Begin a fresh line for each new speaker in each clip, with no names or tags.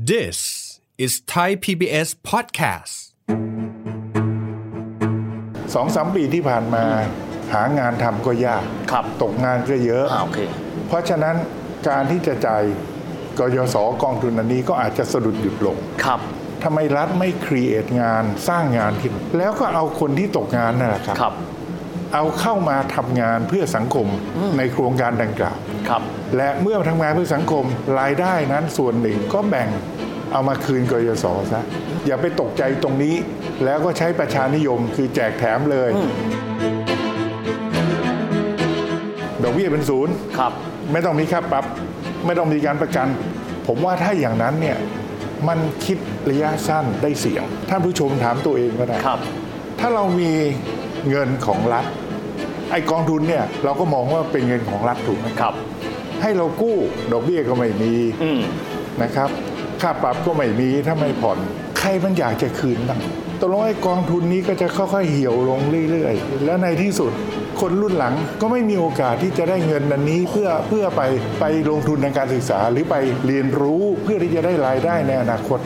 This is Thai PBS Podcast.
สองสามปีที่ผ่านมาหางานทำก็ยาก
ครับ
ตกงานก็เยอะ
อ่าโอเค
เพราะฉะนั้นการที่จะจ่ายกยศกองทุนอันนี้ก็อาจจะสะดุดหยุดลง
ครับ
ทำไมรัฐไม่ครีเอทงานสร้างงานขึ้นแล้วก็เอาคนที่ตกงานนั่นแหละครับ
ครับ
เอาเข้ามาทำงานเพื่อสังคมในโครงการดังกล่าว
ครับ
และเมื่อทำงานเพื่อสังคมรายได้นั้นส่วนหนึ่งก็แบ่งเอามาคืนกยศซะอย่าไปตกใจตรงนี้ แล้วก็ใช้ประชานิยมคือแจกแถมเลย ดอกเบี้ยเป็นศูนย์
ครับ
ไม่ต้องมีค่าปรับ ไม่ต้องมีการประกัน ผมว่าถ้าอย่างนั้นเนี่ยมันคิดระยะสั้นได้เสียง ท่านผู้ชมถามตัวเองก็ได้
ครับ
ถ้าเรามีเงินของรัฐ ไอ้กองทุนเนี่ยเราก็มองว่าเป็นเงินของรัฐถูกไหม
ครับ
ให้เรากู้ดอกเบี้ยก็ไม่มี
อืม
นะครับ ค่าปรับก็ไม่มีถ้าไม่ผ่อน ใครมันอยากจะคืนบ้างตกลงไอ้กองทุนนี้ก็จะค่อยๆเหี่ยวลงเรื่อยๆ และในที่สุด คนรุ่นหลังก็ไม่มีโอกาสที่จะได้เงินนันนี้เพื่อเพื่อไปไปลงทุนในการศึกษา หรือไปเรียนรู้เพื่อที่จะได้รายได้ในอนาคต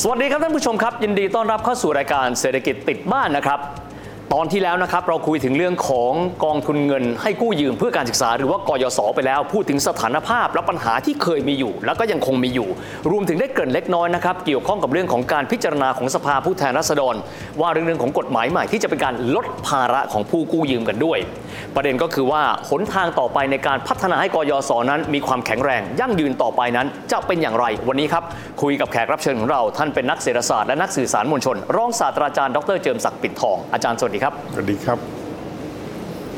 สวัสดีครับท่านผู้ชมครับ ยินดีต้อนรับเข้าสู่รายการเศรษฐกิจติดบ้านนะครับ ตอนที่แล้วนะครับเราคุยถึงเรื่องของกองทุนเงิน ให้กู้ยืมเพื่อการศึกษาหรือว่ากยศไปแล้ว พูดถึงสถานภาพและปัญหาที่เคยมีอยู่ แล้วก็ยังคงมีอยู่ รวมถึงได้เกริ่นเล็กน้อยนะครับเกี่ยวข้องกับเรื่องของการพิจารณาของสภาผู้แทนราษฎร ว่าเรื่องเรื่องของกฎหมายใหม่ที่จะเป็นการลดภาระของผู้กู้ยืมกันด้วย ประเด็นก็คือว่าหนทางต่อไปในการพัฒนาให้กยศนั้น มีความแข็งแรง ยั่งยืนต่อไปนั้น จะเป็นอย่างไรวันนี้ครับ คุยกับแขกรับเชิญของเราท่านเป็นนักเศรษฐศาสตร์และนักสื่อสารมวลชน รองศาสตราจารย์ดรเจิมศักดิ์ปิ่นทองอาจารย์สวัสดีครับ
สวัสดีครับ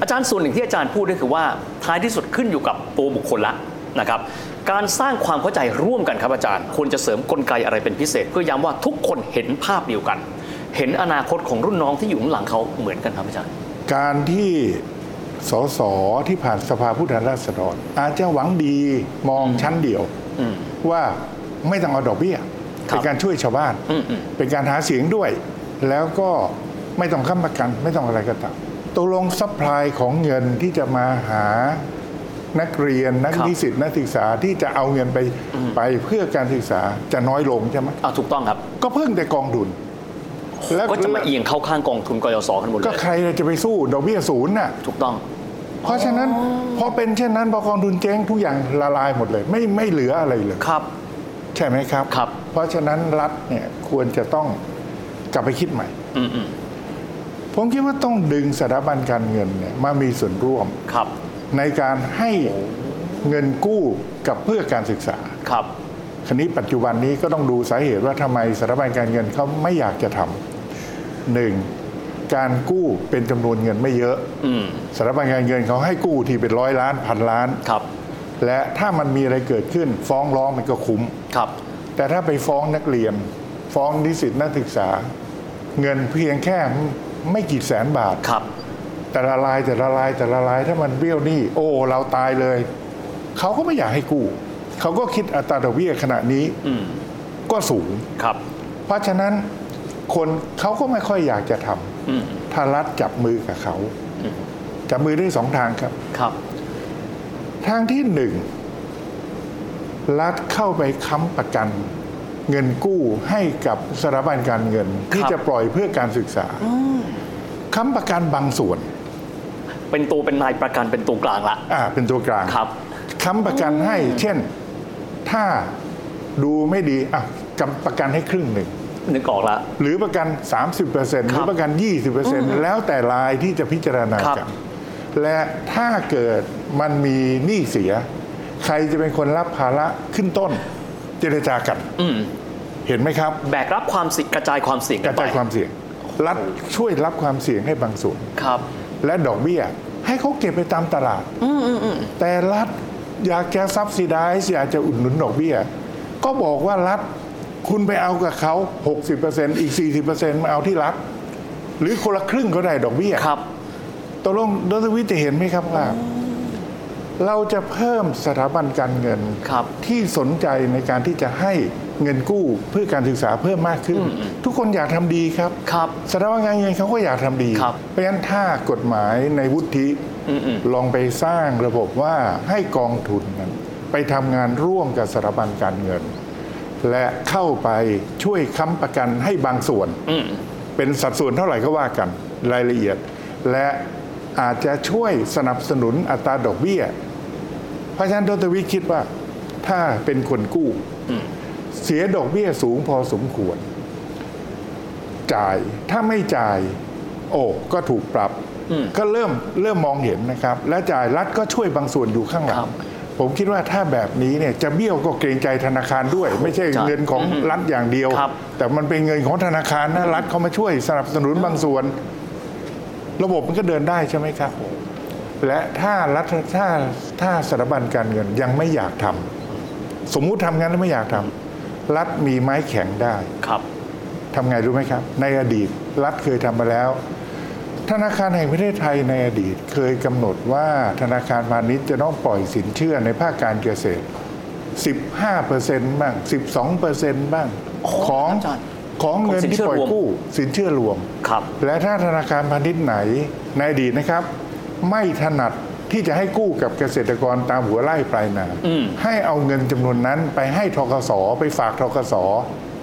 อาจารย์ส่วนหนึ่งที่อาจารย์พูดก็คือว่าท้ายที่สุดขึ้นอยู่กับตัวบุคคลละนะครับการสร้างความเข้าใจร่วมกันครับอาจารย์ ควรจะเสริมกลไกอะไรเป็นพิเศษ เพื่อย้ำว่าทุกคนเห็นภาพเดียวกัน เห็นอนาคตของรุ่นน้องที่อยู่ข้างหลังเขาเหมือนกันครับอาจารย์
การที่สสที่ผ่านสภาผู้แทนราษฎรอาจจะหวังดีมองชั้นเดียว
อืม
ว่าไม่ต้องเอาดอกเบี้ย
ครับ
เป็นการช่วยชาวบ้าน
อืมอืม
เป็นการหาเสียงด้วย แล้วก็ไม่ต้องค้ำประกันไม่ต้องอะไรก็ตามตกลงซัพพลายของเงินที่จะมาหานักเรียนนัก
ครับ
นิสิตนักศึกษาที่จะเอาเงินไปไปเพื่อการศึกษาจะน้อยลงใช่ไหม
อ่ะถูกต้องครับ
ก็เพิ่งแต่กองทุนแล้ว
ก็จะมาเอียงเข้าข้างกองทุนกยศกันหมดเล
ก็
ย
ใครจะไปสู้ดอกเบี้ยศูนย์น่ะ
ถูกต้อง
เพราะฉะนั้นพอเป็นเช่นนั้นพอกองทุนเจ๊งทุกอย่างละลายหมดเลย ไม่ไม่เหลืออะไรเลย
ครับ
ใช่ไหมครับ
ครับ
เพราะฉะนั้นรัฐเนี่ยควรจะต้องกลับไปคิดใหม่
อืมอืม
ผมคิดว่าต้องดึงสถาบันการเงินเนี่ยมามีส่วนร่วม
ครับ
ในการให้เงินกู้กับเพื่อการศึกษา
ครับ
คราวนี้ปัจจุบันนี้ก็ต้องดูสาเหตุว่าทำไมสถาบันการเงินเขาไม่อยากจะทำหนึ่งการกู้เป็นจำนวนเงินไม่เยอะ
อืม
สถาบันการเงินเขาให้กู้ทีเป็นร้อยล้านพันล้าน
ครับ
และถ้ามันมีอะไรเกิดขึ้นฟ้องร้องมันก็คุ้ม
ครับ
แต่ถ้าไปฟ้องนักเรียน ฟ้องนิสิตนักศึกษา เงินเพียงแค่ไม่กี่แสนบาท
ครับ
แต่ละรายแต่ละรายแต่ละรายถ้ามันเบี้ยวหนี่ โอ้ เราตายเลย เขาก็ไม่อยากให้กู้เขาก็คิดอัตราดอกเบี้ยขณะนี้
อืม
ก็สูง
ครับ
เพราะฉะนั้นคนเขาก็ไม่ค่อยอยากจะท
อืม
ำถ้ารัฐจับมือกับเขา จับมือได้สองทางครับ
ครับ
ทางที่หนึ่งรัฐเข้าไปค้ำประกัน เงินกู้ให้กับสถาบันการเงิน ที่จะปล่อยเพื่อการศึกษาค้ำประกันบางส่วน
เป็นตัวเป็นนายประกันเป็นตัวกลางละ
อ่าเป็นตัวกลาง
ครับ
ค้ำประกันให้ เช่น ถ้าดูไม่ดีอ่ะกำประกันให้ครึ่งหนึ่ง
นึกออกละ
หรือประกัน 30%หรือประกัน 20%แล้วแต่รายที่จะพิจารณา
ครับ
กันและถ้าเกิดมันมีหนี้เสีย ใครจะเป็นคนรับภาระขึ้นต้น เจรจากันเห็นไหมครับ
แบกรับความเสิยงกระจายความเสี่ยง
ก
น
ระ
ไป
จายความเสี่ยง รัฐช่วยรับความเสี่ยงให้บางส่วน
ครับ
และดอกเบี้ย ให้เขาเก็บไปตามตลาด แต่รัฐอยากจะซับซิได้อยากจะอุดหนุนดอกเบี้ย ก็บอกว่ารัฐคุณไปเอากับเขา 60%อีก 40%มาเอาที่รัฐ หรือคนละครึ่งก็ได้ดอกเบี้ย
ครับ
ตกลงดรวิทย์จะเห็นไหมครับว่า เราจะเพิ่มสถาบันการเงิน
ครับ
ที่สนใจในการที่จะให้ เงินกู้เพื่อการศึกษาเพิ่มมากขึ้น ทุกคนอยากทำดีครับ
ครับ
แสดงว่างานเงินเขาก็อยากทำดี
ครับ
เพราะฉะนั้นถ้ากฎหมายในวุฒิลองไปสร้างระบบว่าให้กองทุนนั้นไปทำงานร่วมกับสถาบันการเงิน และเข้าไปช่วยค้ำประกันให้บางส่วน เป็นสัดส่วนเท่าไหร่ก็ว่ากันรายละเอียด และอาจจะช่วยสนับสนุนอัตราดอกเบี้ย เพราะฉะนั้นดรวิทย์คิดว่าถ้าเป็นคนกู้ เสียดอกเบี้ยสูงพอสมควร จ่ายถ้าไม่จ่าย โอ้ก็ถูกปรับ ก็เริ่มเริ่มมองเห็นนะครับ และจ่ายรัฐก็ช่วยบางส่วนอยู่ข้างหลั
ครั
ง
บ
ผมคิดว่าถ้าแบบนี้เนี่ยจะเบี้ยวก็เกรงใจธนาคารด้วย ไม่ใช่
จ้ะ
เงินของรัฐอย่างเดียว
ครับ
แต่มันเป็นเงินของธนาคารนะรัฐเขามาช่วยสนับสนุนบางส่วน ระบบมันก็เดินได้ใช่ไหมครับ และถ้ารัฐถ้าถ้าสถาบันการเงินยังไม่อยากทำสมมุติทำงานแล้วไม่อยากทำรัฐมีไม้แข็งได้
ครับ
ทำไงรู้ไหมครับ ในอดีตรัฐเคยทำมาแล้ว ธนาคารแห่งประเทศไทยในอดีตเคยกำหนดว่าธนาคารพาณิชย์จะต้องปล่อยสินเชื่อในภาคการเกษตร 15%บ้าง 12%บ้าง
โอ้โห
ของ
อาจารย์
ของเงิน
ของสิน
ที่
เชื่อ
ปล่อย
รวม
กู้สินเชื่อรวม
ครับ
และถ้าธนาคารพาณิชย์ไหนในอดีตนะครับ ไม่ถนัดที่จะให้กู้กับเกษตรกรตามหัวไร่ปลายนาให้เอาเงินจำนวนนั้นไปให้ทกสไปฝากทกส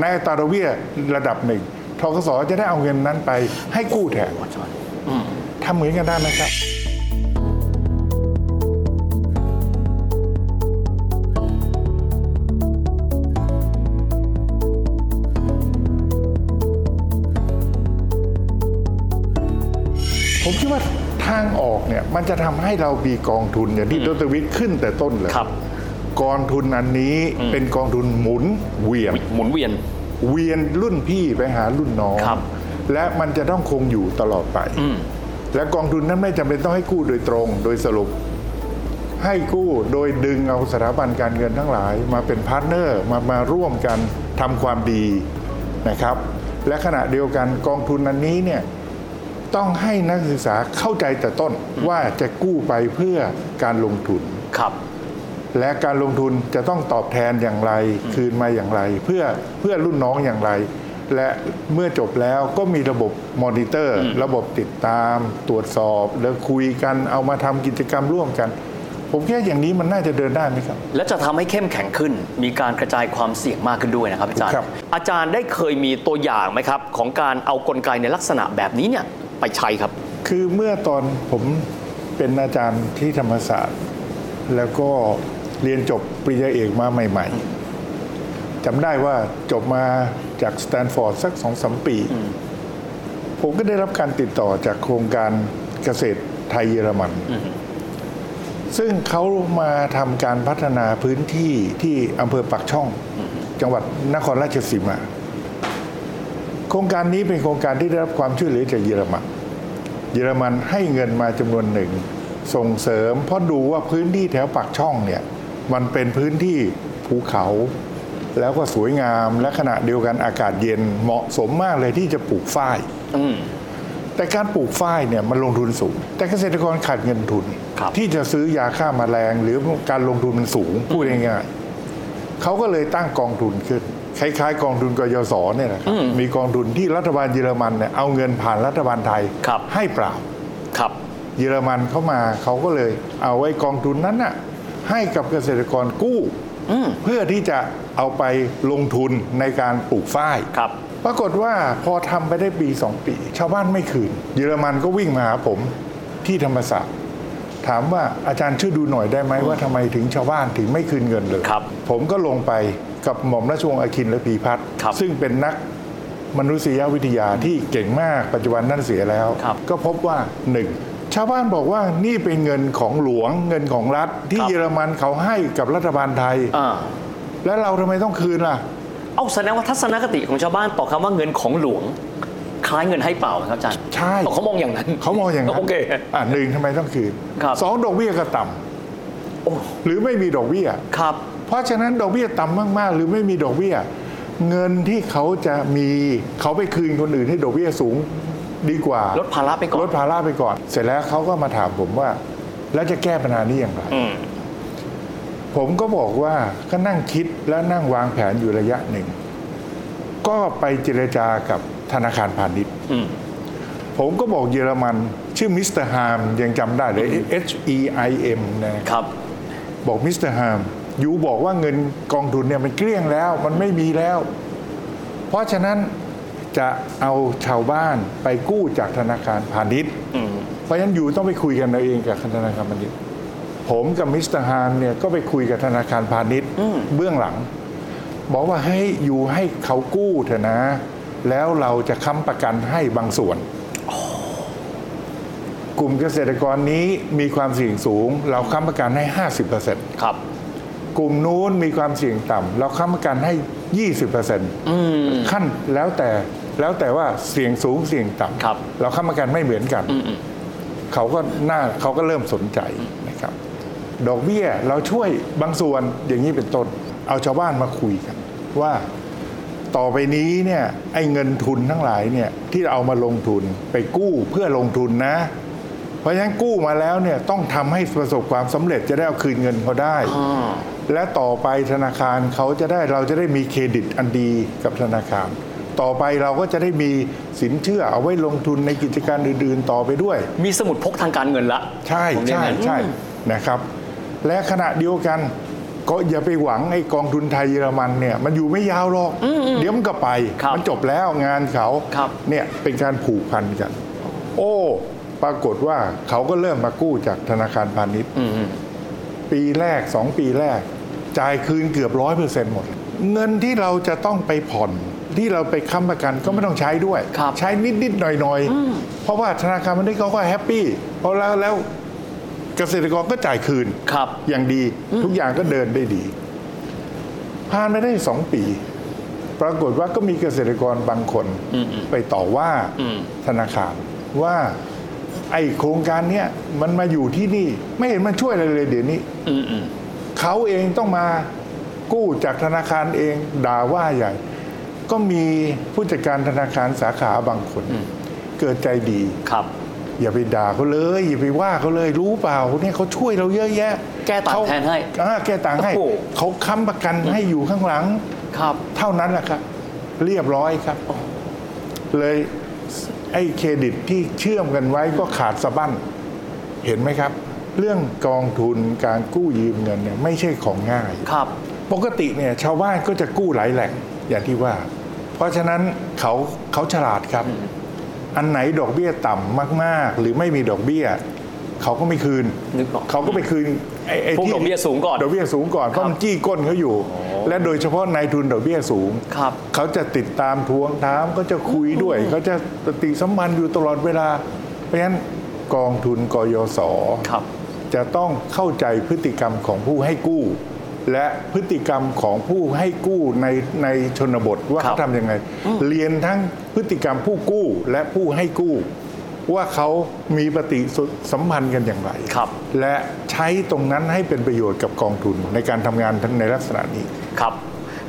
ในอัตราดอกเบี้ยระดับหนึ่งทกสจะได้เอาเงินนั้นไปให้กู้แทนทำเหมือนกันได้ไหมครับ ผมคิดว่าทางออกเนี่ยมันจะทำให้เรามีกองทุนอย่างที่ดรวิทย์ขึ้นแต่ต้นเลย
ครับ
กองทุนอันนี้เป็นกองทุนหมุนเวียน
หมุนเวียน
เวียนรุ่นพี่ไปหารุ่นน้อง
ครับ
และมันจะต้องคงอยู่ตลอดไป และกองทุนนั้นไม่จำเป็นต้องให้กู้โดยตรง โดยสรุป ให้กู้โดยดึงเอาสถาบันการเงินทั้งหลาย มาเป็นพาร์ทเนอร์มามาร่วมกันทำความดีนะครับ และขณะเดียวกันกองทุนอันนี้เนี่ยต้องให้นักศึกษาเข้าใจแต่ต้นว่าจะกู้ไปเพื่อการลงทุน
ครับ
และการลงทุนจะต้องตอบแทนอย่างไรคืนมาอย่างไร เพื่อเพื่อรุ่นน้องอย่างไร และเมื่อจบแล้วก็มีระบบมอนิเตอร์ ระบบติดตาม ตรวจสอบ แล้วคุยกันเอามาทำกิจกรรมร่วมกัน ผมแค่อย่างนี้มันน่าจะเดินได้ไหมครับ
และจะทำให้เข้มแข็งขึ้น มีการกระจายความเสี่ยงมากขึ้นด้วยนะครับอาจารย์
ครับ
อาจารย์ได้เคยมีตัวอย่างไหมครับ ของการเอากลไกในลักษณะแบบนี้เนี่ยไปใช้ครับ
คือเมื่อตอนผมเป็นอาจารย์ที่ธรรมศาสตร์ แล้วก็เรียนจบปริญญาเอกมาใหม่ ๆจำได้ว่าจบมาจากสแตนฟอร์ดสักสองสมปี ผมก็ได้รับการติดต่อจากโครงการเกษตรไทยเยอรมัน ซึ่งเขามาทำการพัฒนาพื้นที่ที่อำเภอปักช่อง จังหวัดนครราชสีมา โครงการนี้เป็นโครงการที่ได้รับความช่วยเหลือจากเยอรมัน เยอรมันให้เงินมาจำนวนหนึ่ง ส่งเสริมเพราะดูว่าพื้นที่แถวปากช่องเนี่ย มันเป็นพื้นที่ภูเขา แล้วก็สวยงามและขณะเดียวกันอากาศเย็นเหมาะสมมากเลยที่จะปลูกฝ้าย
อืม
แต่การปลูกฝ้ายเนี่ยมันลงทุนสูง แต่เกษตรกรขาดเงินทุน
ครับ
ที่จะซื้อยาฆ่ามาแมลง หรือการลงทุนมันสูง พูดง่ายๆเขาก็เลยตั้งกองทุนขึ้น คล้ายๆ กองทุนกยศเนี่ยนะครับมีกองทุนที่รัฐบาลเยอรมันเนี่ยเอาเงินผ่านรัฐบาลไทยให้เปล่า
ครับ
เยอรมันเข้ามาเขาก็เลยเอาไว้กองทุนนั้นน่ะให้กับเกษตรกรกู้เพื่อที่จะเอาไปลงทุนในการปลูกฝ้าย
ครับ
ปรากฏว่าพอทำไปได้ปีสองปี ชาวบ้านไม่คืน เยอรมันก็วิ่งมาหาผมที่ธรรมศาสตร์ถามว่าอาจารย์ช่วยดูหน่อยได้ไหมว่าทำไมถึงชาวบ้านถึงไม่คืนเงินเลย
ครับ
ผมก็ลงไปกับหม่อมราชวงศ์อคินและพีพัฒน์
ครับ
ซึ่งเป็นนักมนุษยวิทยาที่เก่งมากปัจจุบันนั่นเสียแล้ว
ครับ
ก็พบว่าหนึ่งชาวบ้านบอกว่านี่เป็นเงินของหลวงเงินของรัฐ ที่
ครับ
เยอรมันเขาให้กับรัฐบาลไทย
อ่า
แล้วเราทำไมต้องคืนล่ะ
เอาแสดงว่าทัศนคติของชาวบ้านต่อคำว่าเงินของหลวง คล้ายเงินให้เปล่าไหมครับอาจารย์
ใช่
เขามองอย่างนั้น
เขามองอย่างนั้น
โอเค
อ่ะหนึ่งทำไมต้องคืน
ครับ
สองดอกเบี้ยก็ต่ำ
โอ้
หรือไม่มีดอกเบี้ย
ครับ
เพราะฉะนั้นดอกเบี้ยต่ำมาก ๆ หรือไม่มีดอกเบี้ย เงินที่เขาจะมีเขาไปคืนคนอื่นที่ดอกเบี้ยสูงดีกว่า
ลดภาระไปก่อน
ลดภาระไปก่อน เสร็จแล้วเขาก็มาถามผมว่า แล้วจะแก้ปัญหานี้อย่างไร ผมก็บอกว่าก็นั่งคิดและนั่งวางแผนอยู่ระยะหนึ่ง ก็ไปเจรจากับธนาคารพาณิชย์
อืม
ผมก็บอกเยอรมันชื่อมิสเตอร์ฮามยังจำได้เลย H E I M นะ
ครับ
บอกมิสเตอร์ฮามยูบอกว่าเงินกองทุนเนี่ยมันเกลี้ยงแล้ว มันไม่มีแล้ว เพราะฉะนั้นจะเอาชาวบ้านไปกู้จากธนาคารพาณิชย์
อืม
เพราะฉะนั้นยูต้องไปคุยกันเอาเองกับธนาคารพาณิชย์ ผมกับมิสเตอร์ฮามเนี่ยก็ไปคุยกับธนาคารพาณิชย์
อืม
เบื้องหลัง บอกว่าให้ยูให้เขากู้เถอะนะ แล้วเราจะค้ำประกันให้บางส่วน กลุ่มเกษตรกรนี้มีความเสี่ยงสูง เราค้ำประกันให้ 50%
ครับ
กลุ่มนู้นมีความเสี่ยงต่ำเราค้ำประกันให้ 20%ขั้นแล้วแต่แล้วแต่ว่าเสี่ยงสูงเสี่ยงต่ำ
ครับ
เราค้ำประกันไม่เหมือนกัน เขาก็น่าเขาก็เริ่มสนใจนะครับ ดอกเบี้ยเราช่วยบางส่วนอย่างนี้เป็นต้น เอาชาวบ้านมาคุยกัน ว่าต่อไปนี้เนี่ยไอ้เงินทุนทั้งหลายเนี่ยที่เอามาลงทุนไปกู้เพื่อลงทุนนะ เพราะฉะนั้นกู้มาแล้วเนี่ยต้องทำให้ประสบความสำเร็จจะได้เอาคืนเงินเขาได้
อ่า
และต่อไปธนาคารเขาจะได้เราจะได้มีเครดิตอันดีกับธนาคาร ต่อไปเราก็จะได้มีสินเชื่อเอาไว้ลงทุนในกิจการอื่น ๆ ต่อไปด้วย
มีสมุดพกทางการเงินละ
ใช่
ผมเรียก
ใช่
งั้น
ใช่
อืม
นะครับ และขณะเดียวกัน ก็อย่าไปหวังไอ้กองทุนไทยเยอรมันเนี่ยมันอยู่ไม่ยาวหรอก เดี๋ยวมันก็ไป
ครับ
มัจบแล้วงานเขา
ครับ
เนี่ยเป็นการผูกพันกัน โอ้ ปรากฏว่าเขาก็เริ่มมากู้จากธนาคารพาณิชย์
อืม
ปีแรกสองปีแรก จ่ายคืนเกือบร้อยเปอร์เซ็นต์หมด เงินที่เราจะต้องไปผ่อนที่เราไปค้ำประกันก็ไม่ต้องใช้ด้วย
ครับ
ใช้นิดนิดๆหน่อยหน่อยๆเพราะว่าธนาคารมันได้เขาก็แฮปปี้เพราะแล้วแล้วเกษตรกรก็จ่ายคืน
ครับ
อย่างดีทุกอย่างก็เดินได้ดี ผ่านไปได้สองปี ปรากฏว่าก็มีเกษตรกรบางคนไปต่อว่าธนาคารว่าไอโครงการเนี้ยมันมาอยู่ที่นี่ ไม่เห็นมันช่วยอะไรเลยเดี๋ยวนี้
อืมอืม
เขาเองต้องมากู้จากธนาคารเองด่าว่าใหญ่ ก็มีผู้จัดการธนาคารสาขาบางคน เกิดใจดี
ครับ
อย่าไปด่าเขาเลย อย่าไปว่าเขาเลยรู้เปล่าเนี่ยเขาช่วยเราเยอะแยะ
แก้ต่าง
เข
แทนให้
อ่าแก้ต่างให้
โอ้โห
เขาค้ำประกันให้อยู่ข้างหลัง
ครับ
เท่านั้นแหละครับ เรียบร้อยครับ เลยไอ้เครดิตที่เชื่อมกันไว้ก็ขาดสะบั้น เห็นไหมครับ เรื่องกองทุนการกู้ยืมเงินเนี่ยไม่ใช่ของง่าย
ครับ
ปกติเนี่ยชาวบ้านก็จะกู้หลายแหล่งอย่างที่ว่า เพราะฉะนั้นเขาเขาฉลาดครับ อันไหนดอกเบี้ยต่ำมากๆ หรือไม่มีดอกเบี้ย เขาก็ไม่คืน
นึกออก
เขาก็ไปคืนไอ้ไอ้
พวก
ที่
ดอกเบี้ยสูงก่อน
ดอกเบี้ยสูงก่อนเพราะมันจี้ก้นเขาอยู่ และโดยเฉพาะนายทุนดอกเบี้ยสูง
ครับ
เขาจะติดตามทวงถามเขาจะคุยด้วย เขาจะปฏิสัมพันธ์อยู่ตลอดเวลา เพราะฉะนั้นกองทุนกยศ
ครับ
จะต้องเข้าใจพฤติกรรมของผู้ให้กู้ และพฤติกรรมของผู้ให้กู้ในในชนบทว่า
ครับ
เขาทำยังไง เรียนทั้งพฤติกรรมผู้กู้และผู้ให้กู้ ว่าเขามีปฏิสัมพันธ์กันอย่างไร
ครับ
และใช้ตรงนั้นให้เป็นประโยชน์กับกองทุนในการทำงานทั้งในลักษณะนี้
ครับ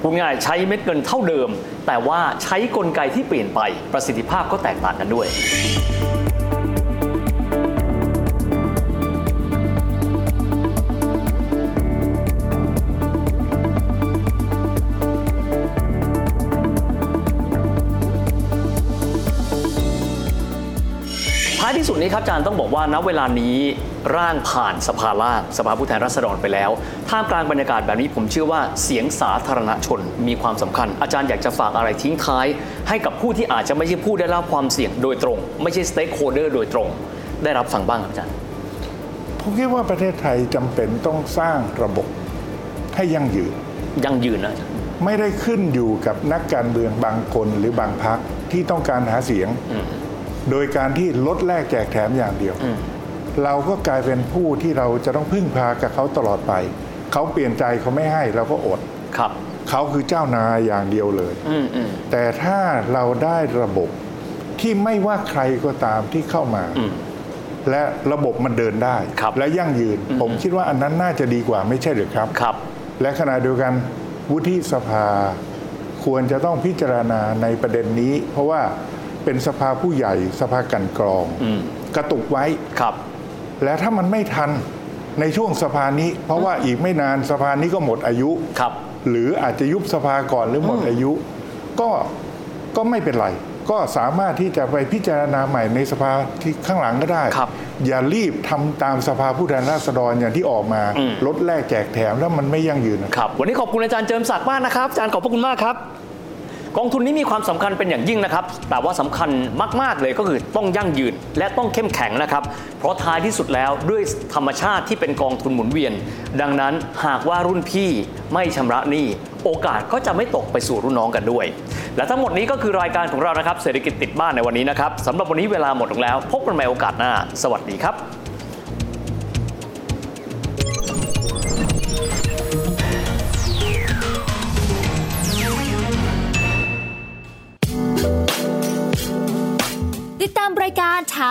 พูดง่ายๆใช้เม็ดเงินเท่าเดิม แต่ว่าใช้กลไกที่เปลี่ยนไปประสิทธิภาพก็แตกต่างกันด้วย ท้ายที่สุดนี้ครับอาจารย์ต้องบอกว่าณเวลานี้ร่างผ่านสภาล่างสภาผู้แทนราษฎรไปแล้ว ท่ามกลางบรรยากาศแบบนี้ผมเชื่อว่าเสียงสาธารณชนมีความสำคัญ อาจารย์อยากจะฝากอะไรทิ้งท้าย ให้กับผู้ที่อาจจะไม่ใช่ผู้ได้รับความเสี่ยงโดยตรง ไม่ใช่สเต็กโฮเดอร์โดยตรง ได้รับฟังบ้างครับอาจารย์
ผมคิดว่าประเทศไทยจำเป็นต้องสร้างระบบให้ยั่งยืน
ยังยืนนะอาจารย์
ไม่ได้ขึ้นอยู่กับนักการเมืองบางคนหรือบางพรรคที่ต้องการหาเสียง โดยการที่ลดแลกแจกแถมอย่างเดียว เราก็กลายเป็นผู้ที่เราจะต้องพึ่งพากับเขาตลอดไป เขาเปลี่ยนใจเขาไม่ให้เราก็อด
ครับ
เขาคือเจ้านายอย่างเดียวเลย
อืมอืม
แต่ถ้าเราได้ระบบที่ไม่ว่าใครก็ตามที่เข้ามา และระบบมันเดินได้
ครับ
และยั่งยืน ผมคิดว่าอันนั้นน่าจะดีกว่าไม่ใช่หรือครับ
ครับ
และขณะเดียวกันวุฒิสภา ควรจะต้องพิจารณาในประเด็นนี้ เพราะว่าเป็นสภาผู้ใหญ่สภากลันกรอง กระตุกไว้
ครับ
และถ้ามันไม่ทัน ในช่วงสภานี้ เพราะว่าอีกไม่นานสภานี้ก็หมดอายุ
ครับ
หรืออาจจะยุบสภาก่อนหรือหมดอายุ ก็ก็ไม่เป็นไร ก็สามารถที่จะไปพิจารณาใหม่ในสภาที่ข้างหลังก็ได้
ครับ
อย่ารีบทำตามสภาผู้แทนราษฎรอย่างที่ออกมา
อืม
ลดแลกแจกแถมแล้วมันไม่ยั่งยืนนะครับ
ครับวันนี้ขอบคุณอาจารย์เจิมศักดิ์มากนะครับอาจารย์ขอบพระคุณมากครับ กองทุนนี้มีความสำคัญเป็นอย่างยิ่งนะครับ แต่ว่าสำคัญมากๆเลยก็คือต้องยั่งยืนและต้องเข้มแข็งนะครับ เพราะท้ายที่สุดแล้วด้วยธรรมชาติที่เป็นกองทุนหมุนเวียน ดังนั้นหากว่ารุ่นพี่ไม่ชำระหนี้โอกาสก็จะไม่ตกไปสู่รุ่นน้องกันด้วย และทั้งหมดนี้ก็คือรายการของเรานะครับเศรษฐกิจติดบ้านในวันนี้นะครับสำหรับวันนี้เวลาหมดลงแล้ว พบกันใหม่โอกาสหน้า สวัสดีครับ
ติดตามรายการทา